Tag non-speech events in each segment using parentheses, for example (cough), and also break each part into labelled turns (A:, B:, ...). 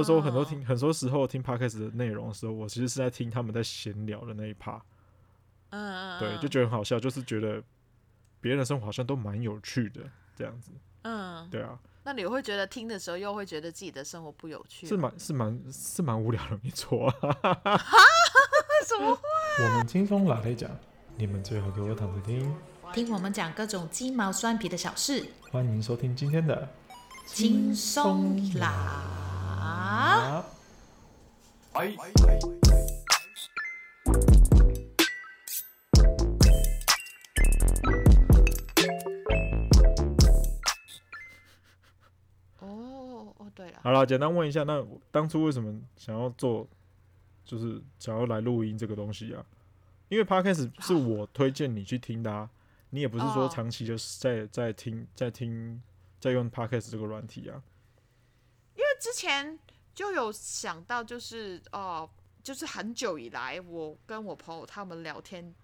A: 有时候
B: 哦
A: 很多听，很多时候听 podcast 的内容的时候，我其实是在听他们在闲聊的那一趴，
B: 嗯嗯，
A: 对，就觉得很好笑，就是觉得别人的生活好像都蛮有趣的这样子，
B: 嗯，
A: 对啊，
B: 那你会觉得听的时候又会觉得自己的生活不有趣，
A: 是蛮是蛮是蛮无聊的，没错啊，
B: (laughs) 什么？
C: 我们轻松拿来讲，你们最好给我躺着听。
D: 听我们讲各种鸡毛蒜皮的小事，
C: 欢迎收听今天的
D: 轻松啦。
C: 啊，
B: 哦哦，对了，
A: 好了，简单问一下，那当初为什么想要做，就是想要来录音这个东西啊？因为 podcast 是我推荐你去听的、啊，你也不是说
B: 啊哦
A: 长期就是在在听在听在用 podcast 这个软体啊，
B: 因为之前就有想到，就是哦、就是很久以来，我跟我朋友他们聊天，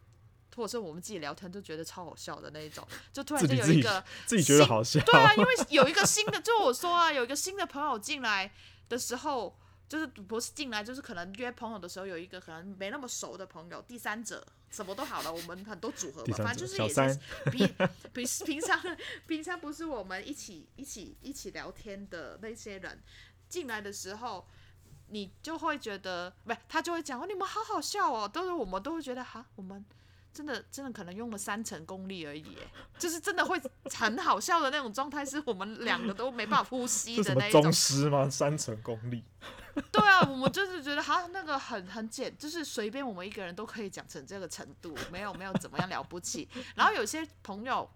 B: 或者是我们自己聊天，都觉得超好笑的那一种，就突然
A: 自
B: 就
A: 己
B: 有
A: 自
B: 一
A: 己
B: 个
A: 自己觉得好笑，
B: (laughs) 对啊，因为有一个新的，就我说啊，有一个新的朋友进来的时候，就是不是进来，就是可能约朋友的时候，有一个可能没那么熟的朋友，第三者什么都好了，我们很多组合
A: (laughs) 第
B: 嘛，
A: 三
B: 反
A: 者
B: 正就是
A: 小
B: 也是
A: 三
B: 比比平 (laughs) 常平常不是我们一起一起一起聊天的那些人进来的时候。你就会觉得，不，他就会讲哦，你们好好笑哦，都是我们都会觉得哈，我们真的真的可能用了三成功力而已耶，就是真的会很好笑的那种状态，是我们两个都没办法呼吸
A: 是
B: 的
A: 什
B: 那
A: 么
B: 一种
A: 宗。师吗？三成功
B: (laughs)
A: 力，
B: 对啊，我们就是觉得哈，那个很很简，就是随便我们一个人都可以讲成这个程度，没有没有怎么样了不起。然后有些朋友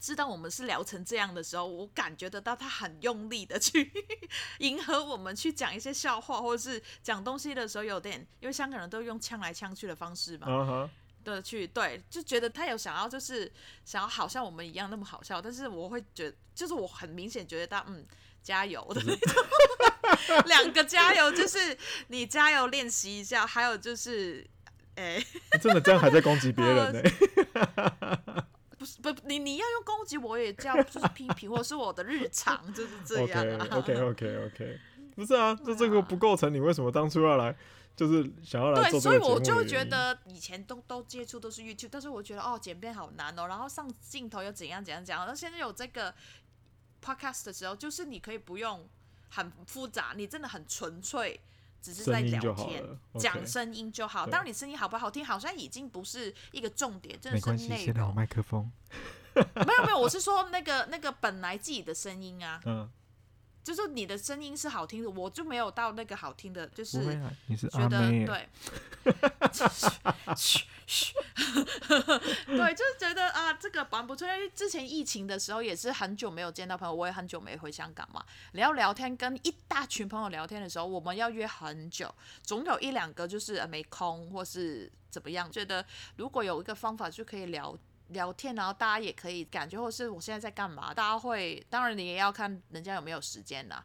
B: 知道我们是聊成这样的时候，我感觉得到他很用力的去 (laughs) 迎合我们，去讲一些笑话，或者是讲东西的时候有点，因为香港人都用呛来呛去的方式嘛，
A: 啊哈，
B: 的去对，就觉得他有想要就是想要好像我们一样那么好笑，但是我会觉就是我很明显觉得他嗯加油的那种， (laughs) 两个加油就是你加油练习一下，还有就是哎诶、
A: 真的这样还在攻击
B: (laughs)
A: 别人
B: 哦
A: 欸呢、
B: 不是不你你要用攻击我也叫就是批评，或者是我的日常就是这样啊。
A: (laughs) OK OK OK OK，不是啊，这这个不构成你为什么当初要来，就是想要来
B: 对，
A: 做这
B: 所以
A: 个节目
B: 我
A: 的
B: 就
A: 原
B: 觉
A: 因
B: 得以前都都接触都是 YouTube，但是我觉得哦剪片好难哦，然后上镜头又怎样怎样怎样，那现在有这个 podcast 的时候，就是你可以不用很复杂，你真的很纯粹。只是在
A: 声音
B: 聊
A: 就好
B: 天
A: 了，，OK
B: 讲声音就好。
A: 对
B: 当然，你声音好不好听，好像已经不是一个重点，真
A: 没
B: 的是
A: 关系，
B: 内
A: 现在有
B: 容。
A: 麦克风，
B: 没有没有，我是说那个那个本来自己的声音啊，
A: 嗯，
B: 就是你的声音是好听的，我就没有到那个好听的，就是
A: 啦，啊你是
B: 觉得对， (laughs) 对，就是觉得啊，这个蛮不错。因为之前疫情的时候也是很久没有见到朋友，我也很久没回香港嘛。聊聊天跟一大群朋友聊天的时候，我们要约很久，总有一两个就是呃没空或是怎么样。觉得如果有一个方法就可以聊。聊天，然后大家也可以感觉，或是我现在在干嘛，大家会，当然你也要看人家有没有时间啦、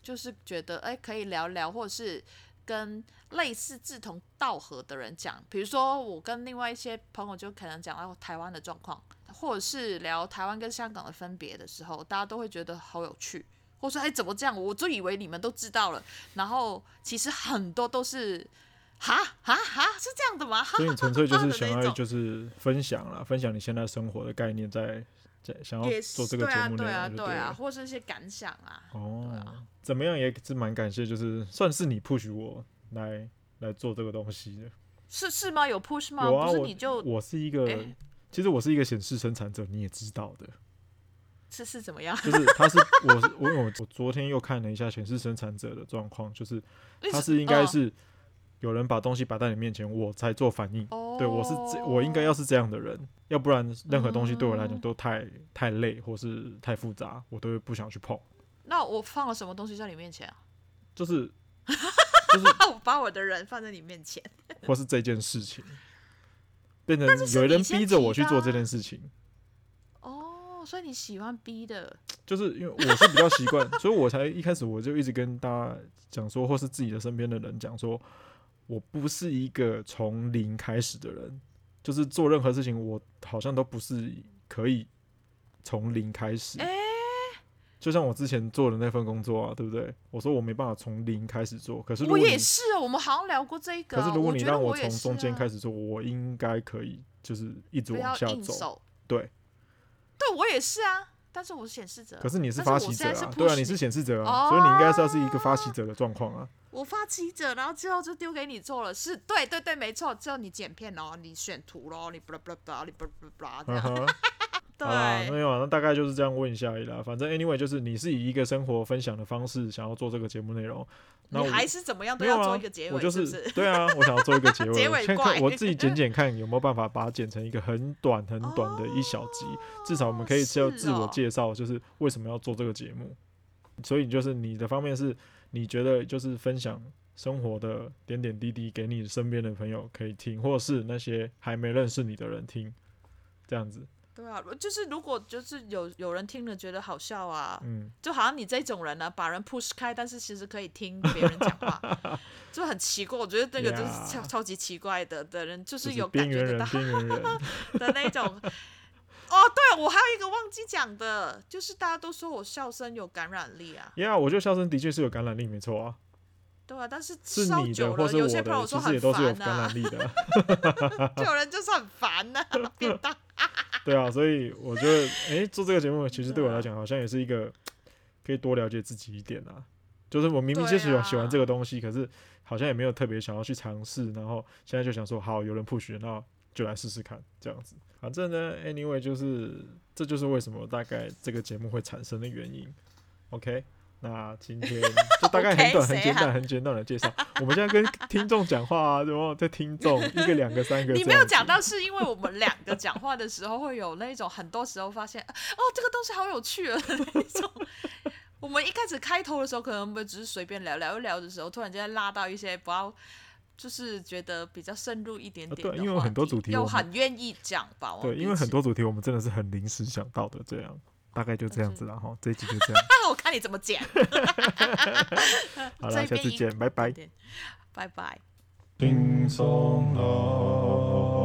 B: 就是觉得哎、可以聊聊，或者是跟类似志同道合的人讲，比如说我跟另外一些朋友就可能讲到台湾的状况，或者是聊台湾跟香港的分别的时候，大家都会觉得好有趣，或者说哎、怎么这样，我就以为你们都知道了，然后其实很多都是。哈哈哈，是这样的吗？哈
A: 所以你纯粹就是想
B: 哈哈哈的那
A: 要
B: 种
A: 就是分享啦，分享你现在生活的概念在，在想要
B: 也是
A: 做这个节目内
B: 对
A: 容
B: 啊
A: 就
B: 对啊对啊，
A: 了。
B: 或是一些感想啊，对
A: 哦
B: 啊，
A: 怎么样也是蛮感谢，就是算是你 push 我来来做这个东西的。
B: 是是吗？有 push 吗？
A: 有啊，
B: 不是
A: 我
B: 你就
A: 我是一个
B: 哦哎，
A: 其实我是一个显示生产者，你也知道的。
B: 是是怎么样？
A: 就是他是我是我因为我我昨天又看了一下显示生产者的状况，就是
B: (laughs)
A: 他是应该
B: 嗯
A: 是有人把东西摆在你面前，我才做反应。
B: 哦，
A: 对我是这我应该要是这样的人，要不然任何东西对我
B: 嗯
A: 来讲都太太累或是太复杂，我都会不想去碰。
B: 那我放了什么东西在你面前啊？ (laughs)
A: 就是就是
B: 啊，我把我的人放在你面前，
A: 或是这件事情，变成
B: 是
A: 有
B: 你
A: 人
B: 先
A: 逼着
B: 提
A: 我去
B: 的
A: 做
B: 啊
A: 这件事情，
B: 哦，所以你喜欢 B 的，
A: 就是因为我是比较习惯，所以我才一开始我就一直跟大家讲说，或是自己的身边的人讲说，我不是一个从零开始的人，就是做任何事情我好像都不是可以从零开始。
B: 哎、
A: 就像我之前做的那份工作啊，对不对？我说我没办法从零开始做，可是如
B: 我
A: 果
B: 也
A: 你
B: 是啊，我们好像聊过这个
A: 可
B: 啊。
A: 是如果你
B: 觉得
A: 让
B: 我啊
A: 从中间开
B: 始
A: 始做，我应该可以，就是一直
B: 不要
A: 往下
B: 硬
A: 走。
B: 手，
A: 对，
B: 对我也是啊，但是我是显示者啊，
A: 可是你是
B: 但
A: 发
B: 我
A: 起
B: 现
A: 者
B: 在是
A: 啊，对啊，
B: push
A: 你是
B: 你
A: 显示者啊，所以你应该是要是一个发起
B: 哦
A: 者的状况
B: (laughs)
A: 啊。
B: 我发起者，然后之后就丢给你做了，是对对对，没错，之后你剪片哦，你选图咯，你 blah blah blah，你 blah blah blah 这
A: 嗯
B: 样，
A: 哼，好啦，
B: 对，
A: 没有啊，那大概就是这样问一下而已啦。反正 anyway 就是你是以一个生活分享的方式想要做这个节目内容，那我
B: 你还是怎么样都
A: 没有
B: 要
A: 啊，
B: 做一个结尾，
A: 我就是
B: 不是？
A: 对啊，我想要做一个
B: (laughs)
A: 结尾，
B: 结尾
A: 先
B: 怪
A: 看我自己剪剪看有没有办法把它剪成一个很短很短的一小集，
B: 哦
A: 至少我们可以
B: 是
A: 就自我
B: 哦
A: 介绍，就是为什么要做这个节目。所以就是你的方面是，你觉得就是分享生活的点点滴滴给你身边的朋友可以听，或是那些还没认识你的人听，这样子，
B: 对啊，就是如果就是有有人听了觉得好笑啊，
A: 嗯，
B: 就好像你这种人呢、把人 push 开，但是其实可以听别人讲话，就很奇怪。我觉得那个就是超
A: Yeah
B: 超级奇怪的的人，就
A: 就是是
B: 有
A: 边
B: 感
A: 缘
B: 觉得
A: 人，
B: 到
A: 边缘
B: (laughs)
A: 人，
B: 的那一种。哦，对，我还有一个忘记讲的，就是大家都说我笑声有感染力啊，
A: 呀，我觉得笑声的确是有感染力，没错啊，
B: 对啊，但是
A: 是
B: 烧
A: 你的
B: 久
A: 或
B: 了，
A: 是我
B: 有些朋友
A: 的，
B: 说
A: 其实也
B: 很
A: 都是有
B: 烦
A: 感
B: 啊
A: 染，力的啊。 (laughs)
B: 就有人就是很烦呐、啊，便当。 (laughs)
A: 对啊，所以我觉得，哎、做这个节目其实对我来讲，好像也是一个可以多了解自己一点啊。就是我明明就喜
B: 对
A: 欢
B: 啊
A: 喜欢这个东西，可是好像也没有特别想要去尝试，然后现在就想说，好，有人 push，那就来试试看，这样子。反正呢，anyway，就是这就是为什么大概这个节目会产生的原因。OK，那今天就大概很
B: OK， (laughs)
A: 短、很
B: 谁
A: 简
B: 啊
A: 短、很简短的介绍。我们现在跟听众讲话啊，然后在听众一个、两个、三个，
B: 你没有讲。到，是因为我们两个讲话的时候会有那种，很多时候发现啊哦，这个东西好有趣啊 (laughs) 的那种。我们一开始开头的时候，可能我们只是随便聊聊一聊的时候，突然间拉到一些不要，就是觉得比较深入一点点
A: 啊
B: 的话
A: 对
B: 题、
A: 因为有很多主题
B: 又
A: 我们
B: 很愿意讲吧。我们
A: 对，因为
B: 彼此
A: 很多主题我们真的是很临时想到的，这样大概就这样子了哈，这一集就这样，
B: 啊， (laughs) 我看你怎么讲。
A: 好
B: 这
A: 了，
B: 一
A: 下
B: 边
A: 次
B: 一
A: 见，拜拜。
B: 拜拜。
C: 轻松啦。